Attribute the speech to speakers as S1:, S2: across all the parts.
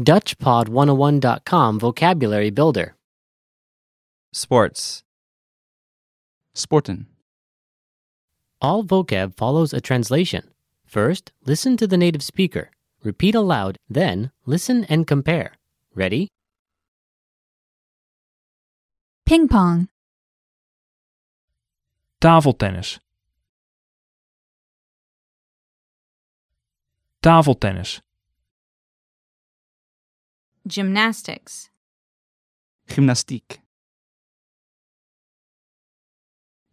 S1: DutchPod101.com Vocabulary Builder.
S2: Sports.
S3: Sporten.
S1: All vocab follows a translation. First, listen to the native speaker. Repeat aloud, then, listen and compare. Ready?
S4: Ping pong.
S5: Tafeltennis. Tafeltennis.
S4: Gymnastics.
S3: Gymnastiek.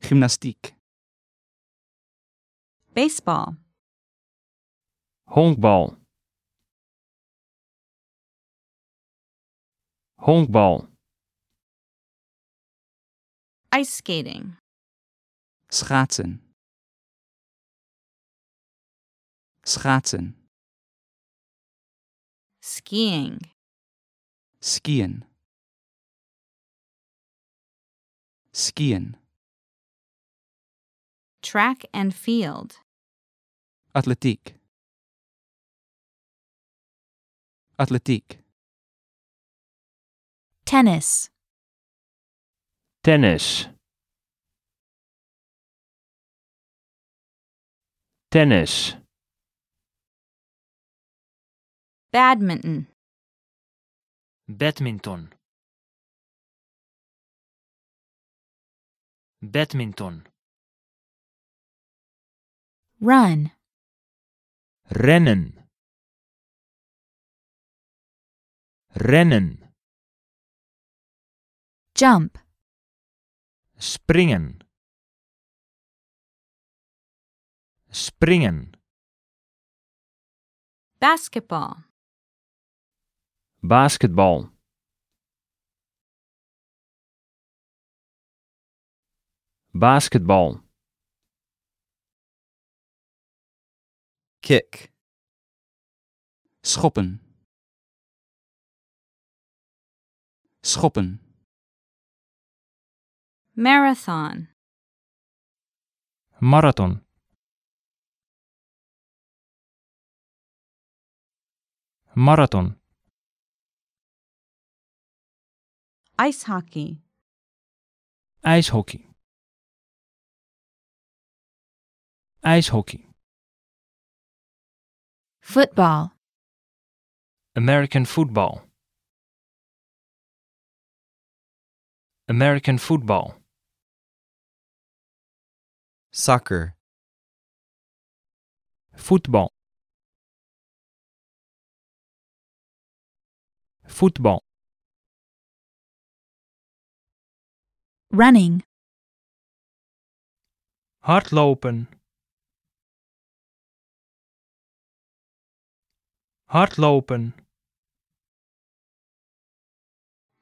S3: Gymnastiek.
S4: Baseball.
S5: Honkbal. Honkbal.
S4: Ice skating.
S3: Schaatsen. Schaatsen.
S4: Skiing.
S3: Skiën. Skiën.
S4: Track and field.
S3: Atletiek. Atletiek.
S4: Tennis.
S5: Tennis. Tennis.
S4: Badminton.
S5: Badminton. Badminton.
S4: Run.
S5: Rennen. Rennen.
S4: Jump.
S5: Springen. Springen.
S4: Basketball.
S5: Basketbal. Basketbal.
S2: Kick.
S3: Schoppen. Schoppen.
S4: Marathon.
S5: Marathon. Marathon.
S4: Ice hockey.
S5: IJshockey. IJshockey.
S4: Football.
S5: American football. American football.
S2: Soccer.
S5: Voetbal. Voetbal.
S4: Running.
S5: Hardlopen. Hardlopen.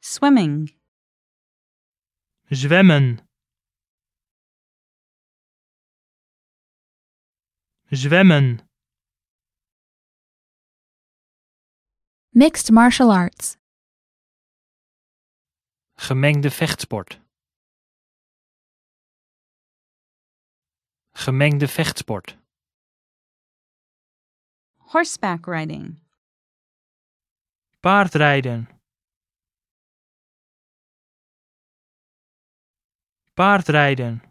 S4: Swimming.
S5: Zwemmen. Zwemmen.
S4: Mixed martial arts.
S5: Gemengde vechtsport. Gemengde vechtsport.
S4: Horseback riding.
S5: Paardrijden. Paardrijden.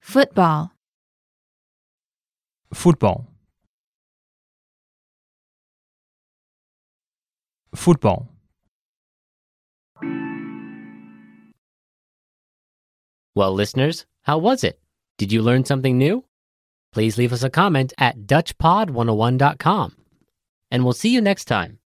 S4: Football.
S5: Voetbal. Voetbal.
S1: Well, listeners, how was it? Did you learn something new? oh Please leave us a comment at DutchPod101.com. And we'll see you next time.